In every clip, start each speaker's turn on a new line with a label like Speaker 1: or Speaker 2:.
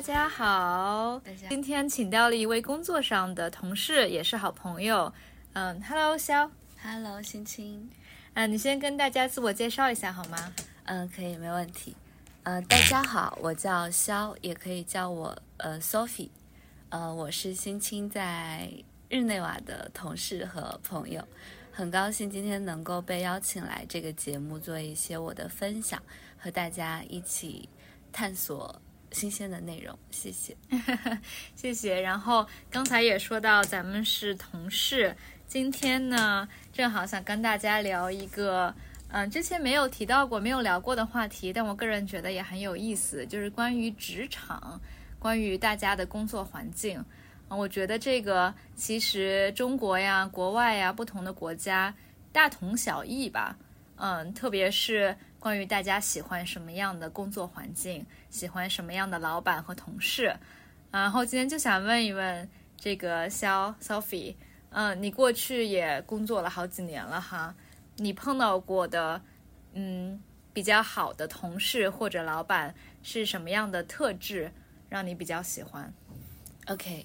Speaker 1: 家好，
Speaker 2: 大家
Speaker 1: 今天请到了一位工作上的同事，也是好朋友。嗯，Hello，肖，
Speaker 2: Hello，青青，
Speaker 1: 嗯，你先跟大家自我介绍一下好吗？
Speaker 2: 嗯、可以，没问题。呃，大家好，我叫肖，也可以叫我呃 Sophie，呃，我是青青在日内瓦的同事和朋友，很高兴今天能够被邀请来这个节目做一些我的分享，和大家一起探索新鲜的内容，谢谢。
Speaker 1: 谢谢。然后刚才也说到咱们是同事，今天呢正好想跟大家聊一个，嗯、之前没有提到过、没有聊过的话题，但我个人觉得也很有意思，就是关于职场，关于大家的工作环境。嗯我觉得这个其实中国呀、国外呀、不同的国家大同小异吧。嗯，特别是关于大家喜欢什么样的工作环境，喜欢什么样的老板和同事，然后今天就想问一问这个肖 Sophie，嗯，你过去也工作了好几年了哈，你碰到过的嗯比较好的同事或者老板是什么样的特质让你比较喜欢？
Speaker 2: OK，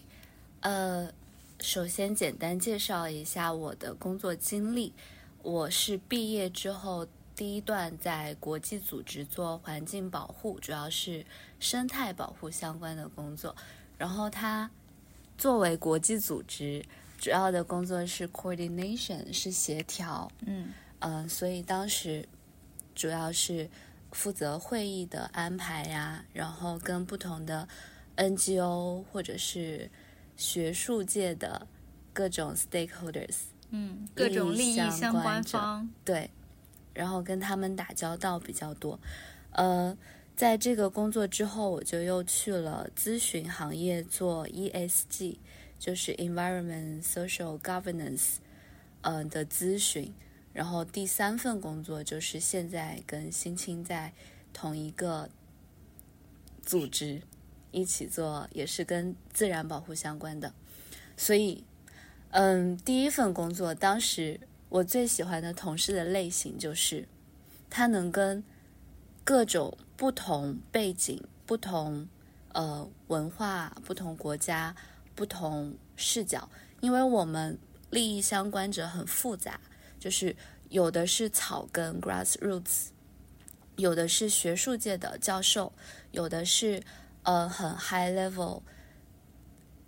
Speaker 2: 呃，首先简单介绍一下我的工作经历。我是毕业之后第一段在国际组织做环境保护，主要是生态保护相关的工作。然后它作为国际组织，主要的工作是 coordination，是协调。
Speaker 1: 嗯
Speaker 2: 嗯，所以当时主要是负责会议的安排呀，然后跟不同的 NGO 或者是学术界的各种 stakeholders
Speaker 1: 嗯，各种利
Speaker 2: 利益
Speaker 1: 益
Speaker 2: 相
Speaker 1: 相
Speaker 2: 关
Speaker 1: 关
Speaker 2: 者
Speaker 1: 方，
Speaker 2: 对，然后跟他们打交道比较多。呃，在这个工作之后，我就又去了咨询行业做 ESG，就是 Environment Social Governance，嗯、呃、的咨询。然后第三份工作就是现在跟新青在同一个组织一起做，也是跟自然保护相关的。所以，嗯，第一份工作当时我最喜欢的同事的类型就是，他能跟各种不同背景、不同呃文化、不同国家、不同视角，因为我们利益相关者很复杂，就是有的是草根 （grassroots），有的是学术界的教授，有的是呃很 high level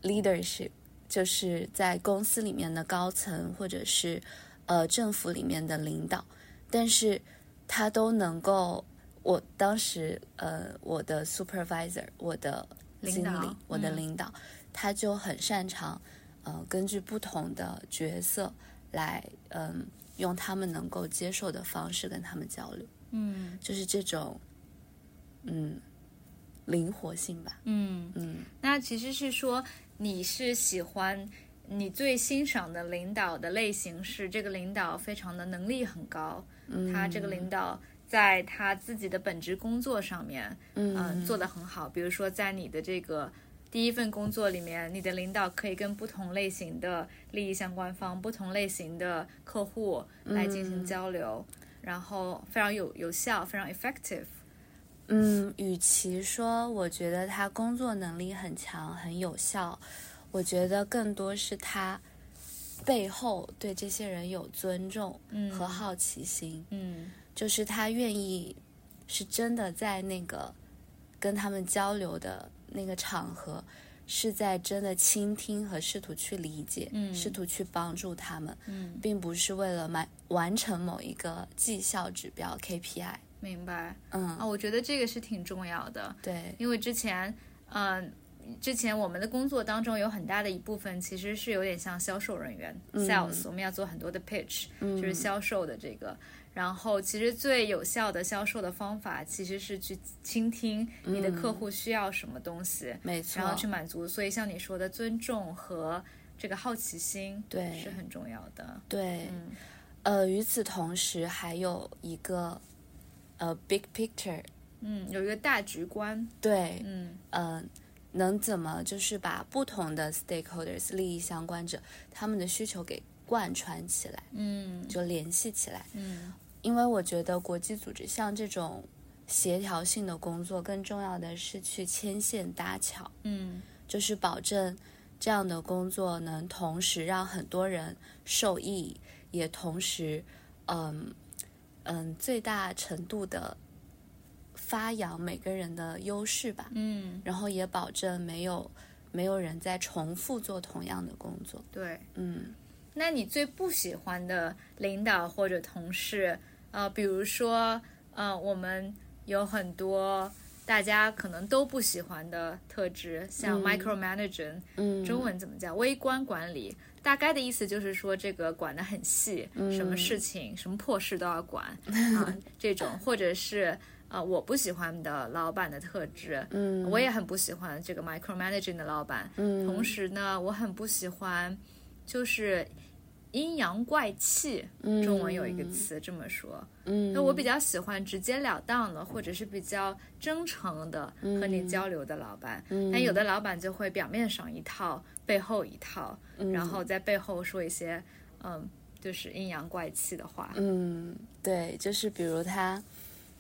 Speaker 2: leadership，就是在公司里面的高层或者是呃政府里面的领导，但是他都能够，我当时呃我的 supervisor，我的经
Speaker 1: 领
Speaker 2: 理
Speaker 1: 导，
Speaker 2: 我的
Speaker 1: 嗯
Speaker 2: 领导，他就很擅长，呃根据不同的角色来，嗯、用他们能够接受的方式跟他们交流，
Speaker 1: 嗯
Speaker 2: 就是这种，嗯，灵活性吧，
Speaker 1: 嗯，
Speaker 2: 嗯。
Speaker 1: 那其实是说你是喜欢。你最欣赏的领导的类型是这个领导非常的能力很高，他
Speaker 2: 嗯
Speaker 1: 这个领导在他自己的本职工作上面，嗯、
Speaker 2: 呃
Speaker 1: 做得很好。比如说，在你的这个第一份工作里面，你的领导可以跟不同类型的利益相关方、不同类型的客户
Speaker 2: 嗯
Speaker 1: 来进行交流，然后非常有有效，非常 effective。
Speaker 2: 嗯，与其说我觉得他工作能力很强、很有效，我觉得更多是他背后对这些人有尊重
Speaker 1: 嗯
Speaker 2: 和好奇心，
Speaker 1: 嗯
Speaker 2: 就是他愿意是真的在那个跟他们交流的那个场合，是在真的倾听和试图去理解，
Speaker 1: 嗯
Speaker 2: 试图去帮助他们，
Speaker 1: 嗯，
Speaker 2: 并不是为了完完成某一个绩效指标 KPI。
Speaker 1: 明白
Speaker 2: 嗯，
Speaker 1: 啊，我觉得这个是挺重要的。
Speaker 2: 对，
Speaker 1: 因为之前，嗯、之前我们的工作当中有很大的一部分其实是有点像销售人员、sales，我们要
Speaker 2: 嗯
Speaker 1: 做很多的 pitch，、就是销售的这个。然后，其实最有效的销售的方法其实是去倾听你的客户需要什么东西，
Speaker 2: 没嗯错。
Speaker 1: 然后去满足。所以，像你说的，尊重和这个好奇心，
Speaker 2: 对
Speaker 1: 是很重要的。
Speaker 2: 对，
Speaker 1: 嗯
Speaker 2: 呃，与此同时还有一个呃 big picture，
Speaker 1: 嗯，有一个大局观，
Speaker 2: 对，
Speaker 1: 嗯
Speaker 2: 嗯、能怎么就是把不同的 stakeholders 利益相关者他们的需求给贯穿起来，
Speaker 1: 嗯
Speaker 2: 就联系起来。
Speaker 1: 嗯
Speaker 2: 因为我觉得国际组织像这种协调性的工作，更重要的是去牵线搭桥，
Speaker 1: 嗯
Speaker 2: 就是保证这样的工作能同时让很多人受益，也同时，嗯嗯，最大程度的发扬每个人的优势吧，
Speaker 1: 嗯，
Speaker 2: 然后也保证没有没有人在重复做同样的工作，
Speaker 1: 对。
Speaker 2: 嗯。
Speaker 1: 那你最不喜欢的领导或者同事，呃，比如说，呃，我们有很多大家可能都不喜欢的特质，像
Speaker 2: 嗯
Speaker 1: micromanaging，、
Speaker 2: 嗯，
Speaker 1: 中文怎么叫微观管理？大概的意思就是说，这个管得很细，
Speaker 2: 嗯
Speaker 1: 什么事情、什么破事都要 管啊，这种，或者是呃，我不喜欢的老板的特质，
Speaker 2: 嗯，
Speaker 1: 我也很不喜欢这个 micromanaging 的老板，
Speaker 2: 嗯，
Speaker 1: 同时呢，我很不喜欢，就是阴阳怪气，中文有一个词这么说。
Speaker 2: 嗯，
Speaker 1: 那我比较喜欢直截了当的，或者是比较真诚的和
Speaker 2: 嗯
Speaker 1: 你交流的老板。但有的老板就会表面上一套，背后一套，
Speaker 2: 嗯
Speaker 1: 然后在背后说一些，嗯，就是阴阳怪气的话。
Speaker 2: 嗯，对，就是比如他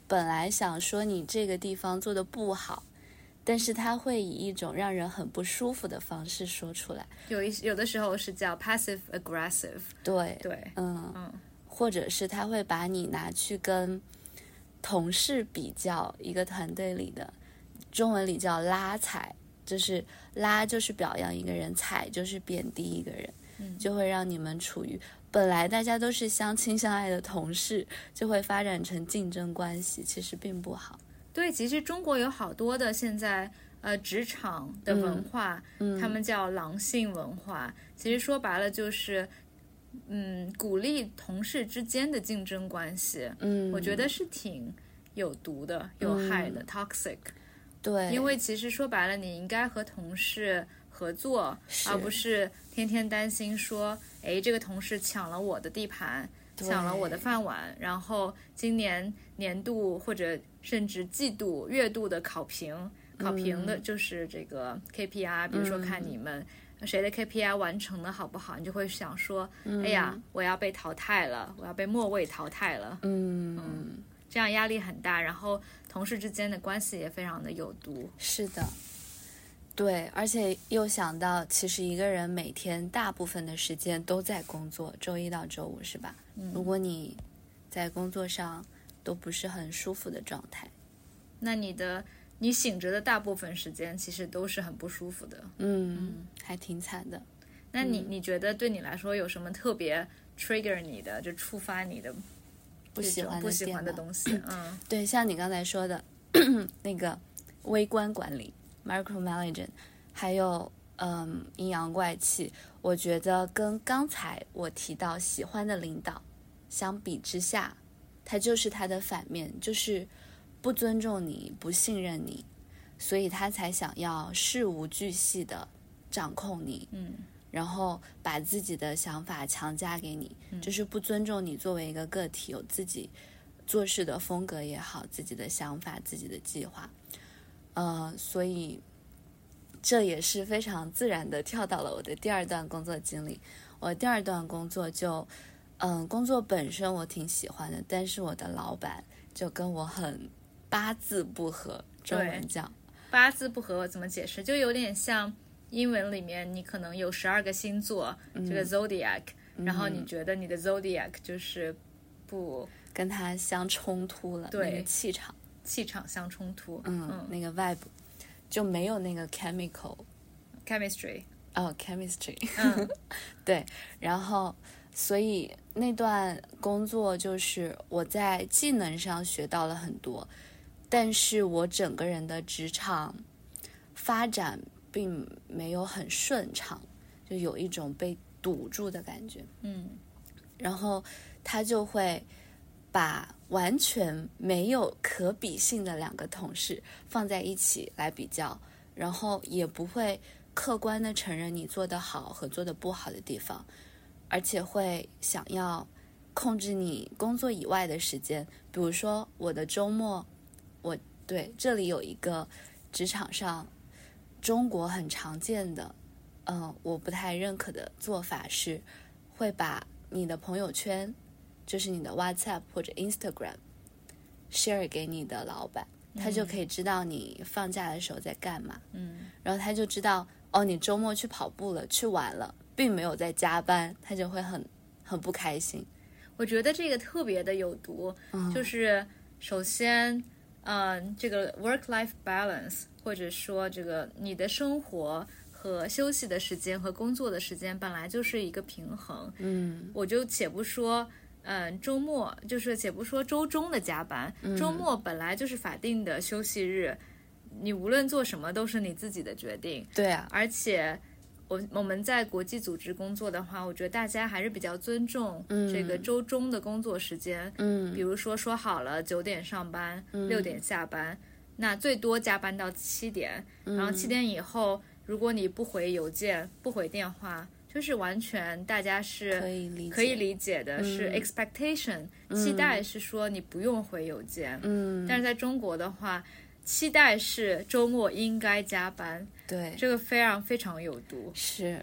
Speaker 2: 本来想说你这个地方做的不好，但是他会以一种让人很不舒服的方式说出来。
Speaker 1: 有一有的时候是叫 passive aggressive，
Speaker 2: 对，
Speaker 1: 对，
Speaker 2: 嗯，
Speaker 1: 嗯
Speaker 2: 或者是他会把你拿去跟同事比较，一个团队里的中文里叫拉踩，就是拉就是表扬一个人，踩就是贬低一个人，
Speaker 1: 嗯
Speaker 2: 就会让你们处于本来大家都是相亲相爱的同事，就会发展成竞争关系，其实并不好。
Speaker 1: 对，其实中国有好多的现在呃职场的
Speaker 2: 嗯
Speaker 1: 文化，他们叫狼性文化。其实说白了就是，嗯，鼓励同事之间的竞争关系，
Speaker 2: 嗯，
Speaker 1: 我觉得是挺有毒的、有害的、toxic。
Speaker 2: 对，
Speaker 1: 因为其实说白了，你应该和同事合作，
Speaker 2: 是
Speaker 1: 而不是天天担心说，哎，这个同事抢了我的地盘，
Speaker 2: 对
Speaker 1: 抢了我的饭碗，然后今年年度或者甚至季度、月度的考评，考评
Speaker 2: 嗯
Speaker 1: 的就是这个 KPI，、比如说看你们。谁的 KPI 完成的好不好，你就会想说，哎呀，我要被淘汰了，我要被末位淘汰了，
Speaker 2: 嗯，
Speaker 1: 这样压力很大，然后同事之间的关系也非常的有毒。
Speaker 2: 是的。对，而且又想到，其实一个人每天大部分的时间都在工作，周一到周五是吧？
Speaker 1: 嗯
Speaker 2: 如果你在工作上都不是很舒服的状态，
Speaker 1: 那你的你醒着的大部分时间其实都是很不舒服的。
Speaker 2: 嗯，还挺惨的。
Speaker 1: 那你、
Speaker 2: 嗯
Speaker 1: 你觉得对你来说有什么特别 trigger 你的，就触发你的
Speaker 2: 不喜
Speaker 1: 这种
Speaker 2: 欢
Speaker 1: 不喜欢的
Speaker 2: 电脑
Speaker 1: 东西？嗯
Speaker 2: 对，像你刚才说的那个微观管理 （micromanagement），还有嗯阴阳怪气，我觉得跟刚才我提到喜欢的领导相比之下，他就是他的反面，就是不尊重你、不信任你，所以他才想要事无巨细的掌控你，
Speaker 1: 嗯
Speaker 2: 然后把自己的想法强加给你，
Speaker 1: 嗯
Speaker 2: 就是不尊重你作为一个个体有自己做事的风格也好，自己的想法、自己的计划，呃，所以这也是非常自然的跳到了我的第二段工作经历。我第二段工作就，嗯、工作本身我挺喜欢的，但是我的老板就跟我很八字不合，中文
Speaker 1: 对
Speaker 2: 叫，
Speaker 1: 八字不合怎么解释？就有点像英文里面你可能有十二个星座，这
Speaker 2: 嗯
Speaker 1: 个 zodiac，、然后你觉得你的 zodiac 就是不
Speaker 2: 跟他相冲突了，那
Speaker 1: 对
Speaker 2: 个气场。
Speaker 1: 气场相冲突。
Speaker 2: 嗯，那个 vibe 就没有那个 chemical
Speaker 1: ，chemistry。
Speaker 2: 哦 chemistry，
Speaker 1: 嗯
Speaker 2: 对，然后所以那段工作就是我在技能上学到了很多，但是我整个人的职场发展并没有很顺畅，就有一种被堵住的感觉。
Speaker 1: 嗯
Speaker 2: 然后他就会把完全没有可比性的两个同事放在一起来比较，然后也不会客观的承认你做得好和做得不好的地方，而且会想要控制你工作以外的时间，比如说我的周末，我对这里有一个职场上中国很常见的，嗯、我不太认可的做法是，会把你的朋友圈，就是你的 WhatsApp 或者 Instagram， share 给你的老板，他就可以知道你放假的时候在干嘛，
Speaker 1: 嗯，
Speaker 2: 然后他就知道哦，你周末去跑步了，去玩了，并没有在加班，他就会很很不开心。
Speaker 1: 我觉得这个特别的有毒，就是首先，嗯、这个 work-life balance，或者说这个你的生活和休息的时间和工作的时间本来就是一个平衡，
Speaker 2: 嗯
Speaker 1: 我就且不说，嗯，周末就是且不说周中的加班，周末本来就是法定的休息日，你无论做什么都是你自己的决定，
Speaker 2: 对啊，
Speaker 1: 而且。我我们在国际组织工作的话，我觉得大家还是比较尊重
Speaker 2: 嗯
Speaker 1: 这个周中的工作时间。比
Speaker 2: 嗯
Speaker 1: 如说说好了九点上班，六点下班，那最多加班到七点，然后七点以后，如果你不回邮件、不回电话，就是完全大家是
Speaker 2: 可以理解，
Speaker 1: 可以理解的是
Speaker 2: 嗯
Speaker 1: expectation，、期待是说你不用回邮件，
Speaker 2: 嗯，
Speaker 1: 但是在中国的话，期待是周末应该加班，
Speaker 2: 对，
Speaker 1: 这个非常非常有毒。
Speaker 2: 是，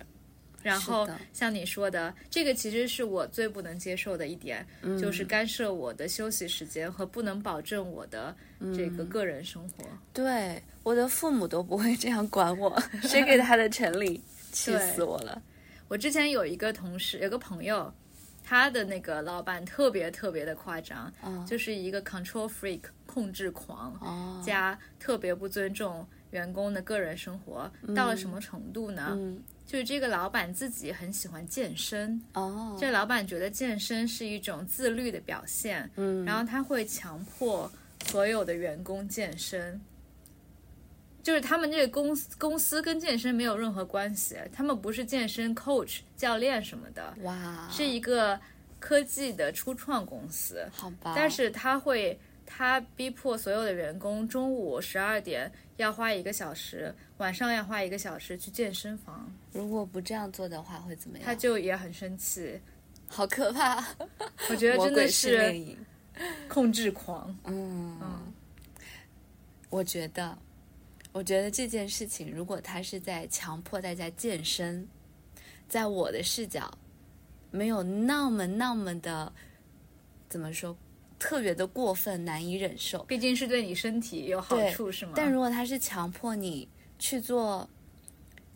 Speaker 1: 然后
Speaker 2: 是的
Speaker 1: 像你说的，这个其实是我最不能接受的一点，
Speaker 2: 嗯
Speaker 1: 就是干涉我的休息时间和不能保证我的这
Speaker 2: 嗯
Speaker 1: 个个人生活。
Speaker 2: 对，我的父母都不会这样管 我，谁给他的陈理？气
Speaker 1: 对
Speaker 2: 死我了！
Speaker 1: 我之前有一个同事，有个朋友，他的那个老板特别特别的夸张，
Speaker 2: 嗯
Speaker 1: 就是一个 control freak 控制狂，
Speaker 2: 哦，
Speaker 1: 加特别不尊重员工的个人生活，到了什么程度呢？
Speaker 2: 嗯，
Speaker 1: 就是这个老板自己很喜欢健身，
Speaker 2: 哦，
Speaker 1: 这老板觉得健身是一种自律的表现，
Speaker 2: 嗯，
Speaker 1: 然后他会强迫所有的员工健身。就是他们这个公司公司跟健身没有任何关系，他们不是健身 coach 教练什么的，
Speaker 2: 哇，
Speaker 1: 是一个科技的初创公司。
Speaker 2: 好吧，
Speaker 1: 但是他会，他逼迫所有的员工中午十二点要花一个小时，晚上要花一个小时去健身房，
Speaker 2: 如果不这样做的话，会怎么样？
Speaker 1: 他就也很生气。
Speaker 2: 好可怕，
Speaker 1: 我觉得
Speaker 2: 魔
Speaker 1: 真的
Speaker 2: 鬼式
Speaker 1: 是
Speaker 2: 魅影。
Speaker 1: 控制狂。
Speaker 2: 嗯，
Speaker 1: 嗯
Speaker 2: 我觉得，我觉得这件事情，如果他是在强迫大家健身，在我的视角，没有那么那么的，怎么说，特别的过分，难以忍受。
Speaker 1: 毕竟是对你身体有好处，是吗？
Speaker 2: 但如果他是强迫你去做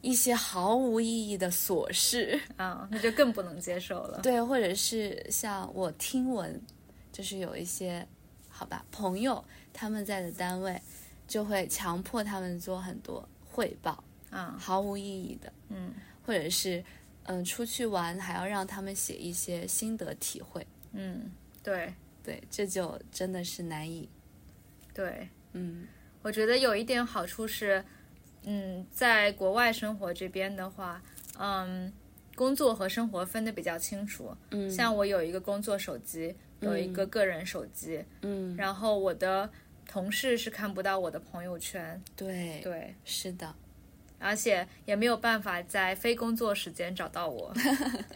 Speaker 2: 一些毫无意义的琐事，
Speaker 1: 啊，那就更不能接受了。
Speaker 2: 对，或者是像我听闻，就是有一些好吧朋友他们在的单位就会强迫他们做很多汇报，
Speaker 1: 啊，
Speaker 2: 毫无意义的，
Speaker 1: 嗯
Speaker 2: 或者是嗯、出去玩还要让他们写一些心得体会，
Speaker 1: 嗯，对
Speaker 2: 对，这就真的是难以，
Speaker 1: 对，
Speaker 2: 嗯
Speaker 1: 我觉得有一点好处是，嗯，在国外生活这边的话，嗯，工作和生活分得比较清楚。
Speaker 2: 嗯，
Speaker 1: 像我有一个工作手机，有一个个人手机，
Speaker 2: 嗯
Speaker 1: 然后我的同事是看不到我的朋友圈，
Speaker 2: 对
Speaker 1: 对，
Speaker 2: 是的，
Speaker 1: 而且也没有办法在非工作时间找到我，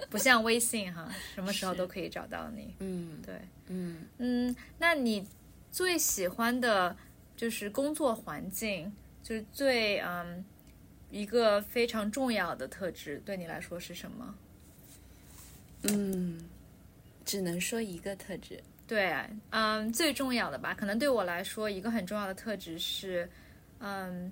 Speaker 1: 不像微信哈，什么时候
Speaker 2: 是
Speaker 1: 都可以找到你。
Speaker 2: 嗯
Speaker 1: 对，
Speaker 2: 嗯。
Speaker 1: 嗯，那你最喜欢的就是工作环境，就是最嗯一个非常重要的特质，对你来说是什么？
Speaker 2: 嗯，只能说一个特质。
Speaker 1: 对，嗯，最重要的吧，可能对我来说，一个很重要的特质是，嗯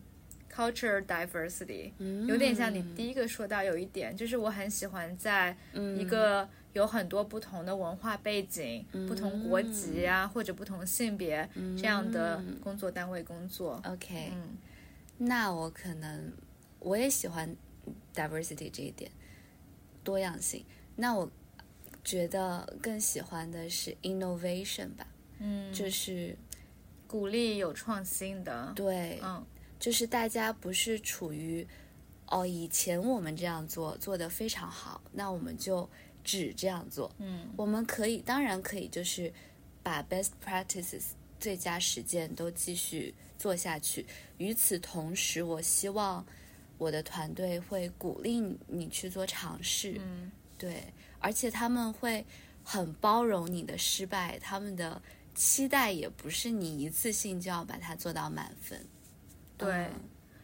Speaker 1: ，culture diversity，
Speaker 2: 嗯
Speaker 1: 有点像你第一个说到有一点，就是我很喜欢在
Speaker 2: 嗯
Speaker 1: 一个有很多不同的文化背景、不同国籍
Speaker 2: 嗯
Speaker 1: 啊，或者不同性别这样的工作单位工作。
Speaker 2: OK，、
Speaker 1: 嗯
Speaker 2: 那我可能我也喜欢 diversity 这一点，多样性。那我觉得更喜欢的是 innovation 吧，
Speaker 1: 嗯，
Speaker 2: 就是
Speaker 1: 鼓励有创新的，
Speaker 2: 对，
Speaker 1: 嗯
Speaker 2: 就是大家不是处于哦，以前我们这样做做得非常好，那我们就只这样做。
Speaker 1: 嗯
Speaker 2: 我们可以，当然可以，就是把 best practices 最佳实践都继续做下去。与此同时，我希望我的团队会鼓励你去做尝试，
Speaker 1: 嗯
Speaker 2: 对，而且他们会很包容你的失败，他们的期待也不是你一次性就要把它做到满分。
Speaker 1: 对
Speaker 2: 嗯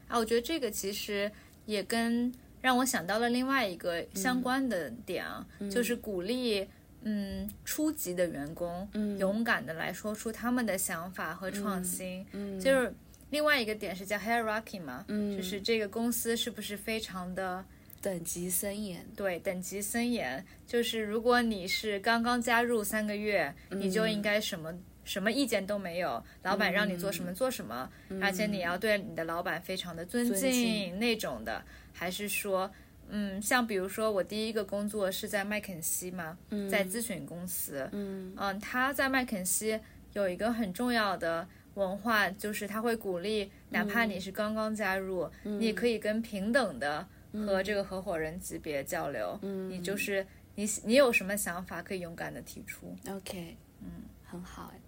Speaker 1: 啊，我觉得这个其实也
Speaker 2: 嗯
Speaker 1: 跟让我想到了另外一个相关的点啊，就是鼓励嗯初级的员工，
Speaker 2: 嗯
Speaker 1: 勇敢的来说出他们的想法和创新。
Speaker 2: 嗯
Speaker 1: 就是另外一个点是叫 hierarchy 嘛，
Speaker 2: 嗯
Speaker 1: 就是这个公司是不是非常的
Speaker 2: 等级森严，
Speaker 1: 对，等级森严，就是如果你是刚刚加入三个月，你就应该什么什么意见都没有，老板让你做什么做什么，而且你要对你的老板非常的尊
Speaker 2: 尊敬
Speaker 1: 那种的，还是说？嗯，像比如说我第一个工作是在麦肯锡嘛，在咨询公司，
Speaker 2: 嗯
Speaker 1: 嗯，他在麦肯锡有一个很重要的文化，就是他会鼓励，哪
Speaker 2: 嗯
Speaker 1: 怕你是刚刚加入，你也可以跟平等的
Speaker 2: 嗯
Speaker 1: 和这个合伙人级别交流。嗯，你就是你你有什么想法，可以勇敢的提出。
Speaker 2: ，OK，嗯，很好哎，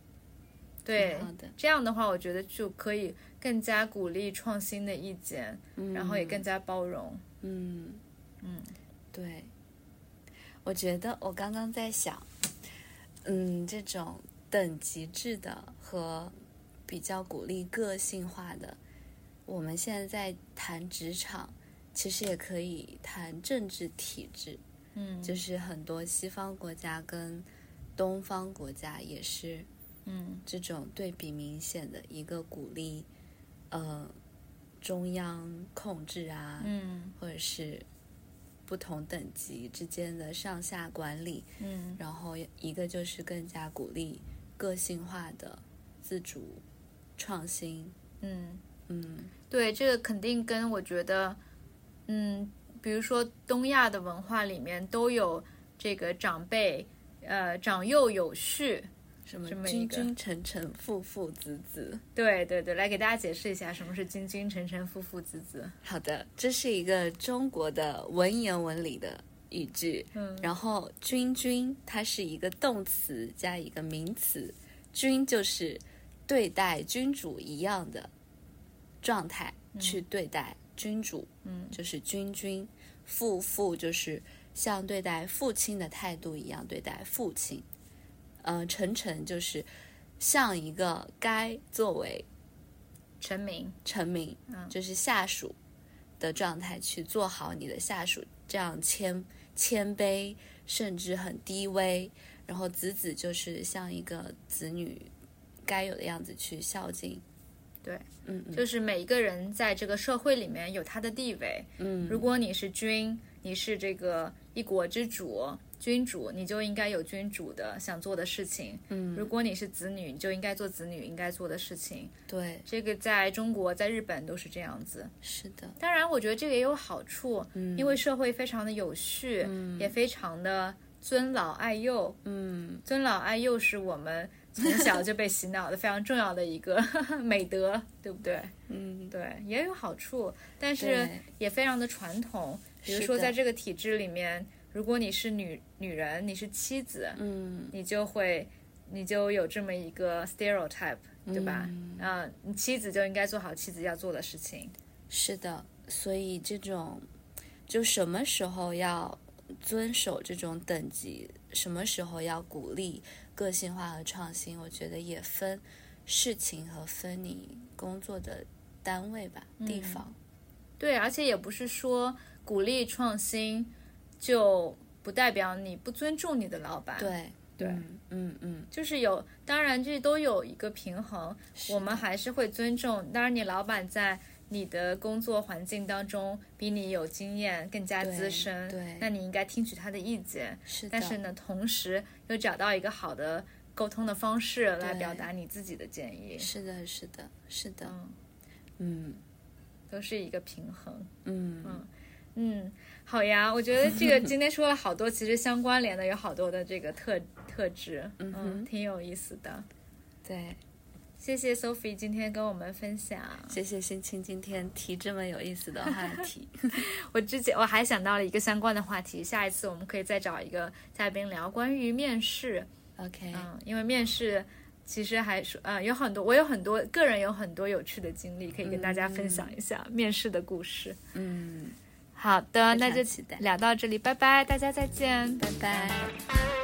Speaker 1: 对
Speaker 2: 挺好的，
Speaker 1: 这样的话，我觉得就可以更加鼓励创新的意见，然后也更加包容。
Speaker 2: 嗯，嗯，对，我觉得我刚刚在想，嗯，这种等级制的和比较鼓励个性化的，我们现在在谈职场，其实也可以谈政治体制，
Speaker 1: 嗯，
Speaker 2: 就是很多西方国家跟东方国家也是
Speaker 1: 嗯
Speaker 2: 这种对比明显的一个鼓励，呃，中央控制啊，
Speaker 1: 嗯
Speaker 2: 或者是不同等级之间的上下管理，
Speaker 1: 嗯
Speaker 2: 然后一个就是更加鼓励个性化的自主创新，
Speaker 1: 嗯，
Speaker 2: 嗯
Speaker 1: 对，这个肯定跟我觉得，嗯，比如说东亚的文化里面都有这个长辈，呃，长幼有序。
Speaker 2: 什么
Speaker 1: 这么一
Speaker 2: 君
Speaker 1: 个
Speaker 2: 君臣臣父父子子。
Speaker 1: 对对对，来给大家解释一下什么是君君臣臣父父子子。
Speaker 2: 好的，这是一个中国的文言文里的语句，
Speaker 1: 嗯
Speaker 2: 然后“君君”它是一个动词加一个名词，“君”就是对待君主一样的状态去对待君主，
Speaker 1: 嗯
Speaker 2: 就是“君君”；“父父”就是像对待父亲的态度一样对待父亲，呃，“臣臣”就是像一个该作为
Speaker 1: 臣民。
Speaker 2: 臣民，
Speaker 1: 嗯
Speaker 2: 就是下属的状态去做好你的下属，这样谦谦卑，甚至很低微。然后子子就是像一个子女该有的样子去孝敬。
Speaker 1: 对，
Speaker 2: 嗯嗯
Speaker 1: 就是每一个人在这个社会里面有他的地位。
Speaker 2: 嗯，
Speaker 1: 如果你是君，你是这个一国之主、君主，你就应该有君主的想做的事情。
Speaker 2: 嗯，
Speaker 1: 如果你是子女，你就应该做子女应该做的事情。
Speaker 2: 对，
Speaker 1: 这个在中国、在日本都是这样子。
Speaker 2: 是的，
Speaker 1: 当然，我觉得这个也有好处，
Speaker 2: 嗯
Speaker 1: 因为社会非常的有序，也非常的尊老爱幼。
Speaker 2: 嗯，
Speaker 1: 尊老爱幼是我们从小就被洗脑的非常重要的一个 美德，对不对？
Speaker 2: 嗯，
Speaker 1: 对，也有好处，但是
Speaker 2: 对，
Speaker 1: 也非常的传统。比如
Speaker 2: 是
Speaker 1: 说，
Speaker 2: 的
Speaker 1: 在这个体制里面，如果你是女女人，你是妻子，
Speaker 2: 嗯，
Speaker 1: 你就会你就有这么一个 stereotype，对吧？嗯、你妻子就应该做好妻子要做的事情。
Speaker 2: 是的，所以这种就什么时候要遵守这种等级，什么时候要鼓励个性化和创新，我觉得也分事情和分你工作的单位吧，
Speaker 1: 嗯
Speaker 2: 地方。
Speaker 1: 对，而且也不是说鼓励创新就不代表你不尊重你的老板。。
Speaker 2: 对
Speaker 1: 对
Speaker 2: 嗯嗯嗯，
Speaker 1: 就是有，当然这都有一个平衡，
Speaker 2: 是
Speaker 1: 我们
Speaker 2: 的
Speaker 1: 还是会尊重。当然，你老板在你的工作环境当中比你有经验，更加
Speaker 2: 对
Speaker 1: 资深，
Speaker 2: 对
Speaker 1: 那你应该听取他的意见。
Speaker 2: 是的，
Speaker 1: 但是呢，同时又找到一个好的沟通的方式来
Speaker 2: 对
Speaker 1: 表达你自己的建议，
Speaker 2: 是的，是的，是的，
Speaker 1: 嗯，
Speaker 2: 嗯
Speaker 1: 都是一个平衡。
Speaker 2: 嗯
Speaker 1: 嗯，好呀，我觉得这个今天说了好多，其实相关联的有好多的这个特特质，嗯
Speaker 2: 哼
Speaker 1: 挺有意思的。
Speaker 2: 对，
Speaker 1: 谢谢 Sophie 今天跟我们分享。
Speaker 2: 谢谢心青今天提这么有意思的话 题。
Speaker 1: 我之前我还想到了一个相关的话题，下一次我们可以再找一个嘉宾聊关于面试。
Speaker 2: OK，、
Speaker 1: 嗯，因为面试其实还是呃有很多，我有很多个人有很多有趣的经历可以跟大家分享一下、面试的故事。
Speaker 2: 嗯，
Speaker 1: 好的，
Speaker 2: 非
Speaker 1: 那
Speaker 2: 常
Speaker 1: 就
Speaker 2: 期待
Speaker 1: 聊到这里，拜拜，大家再见，
Speaker 2: 拜拜。
Speaker 1: 拜。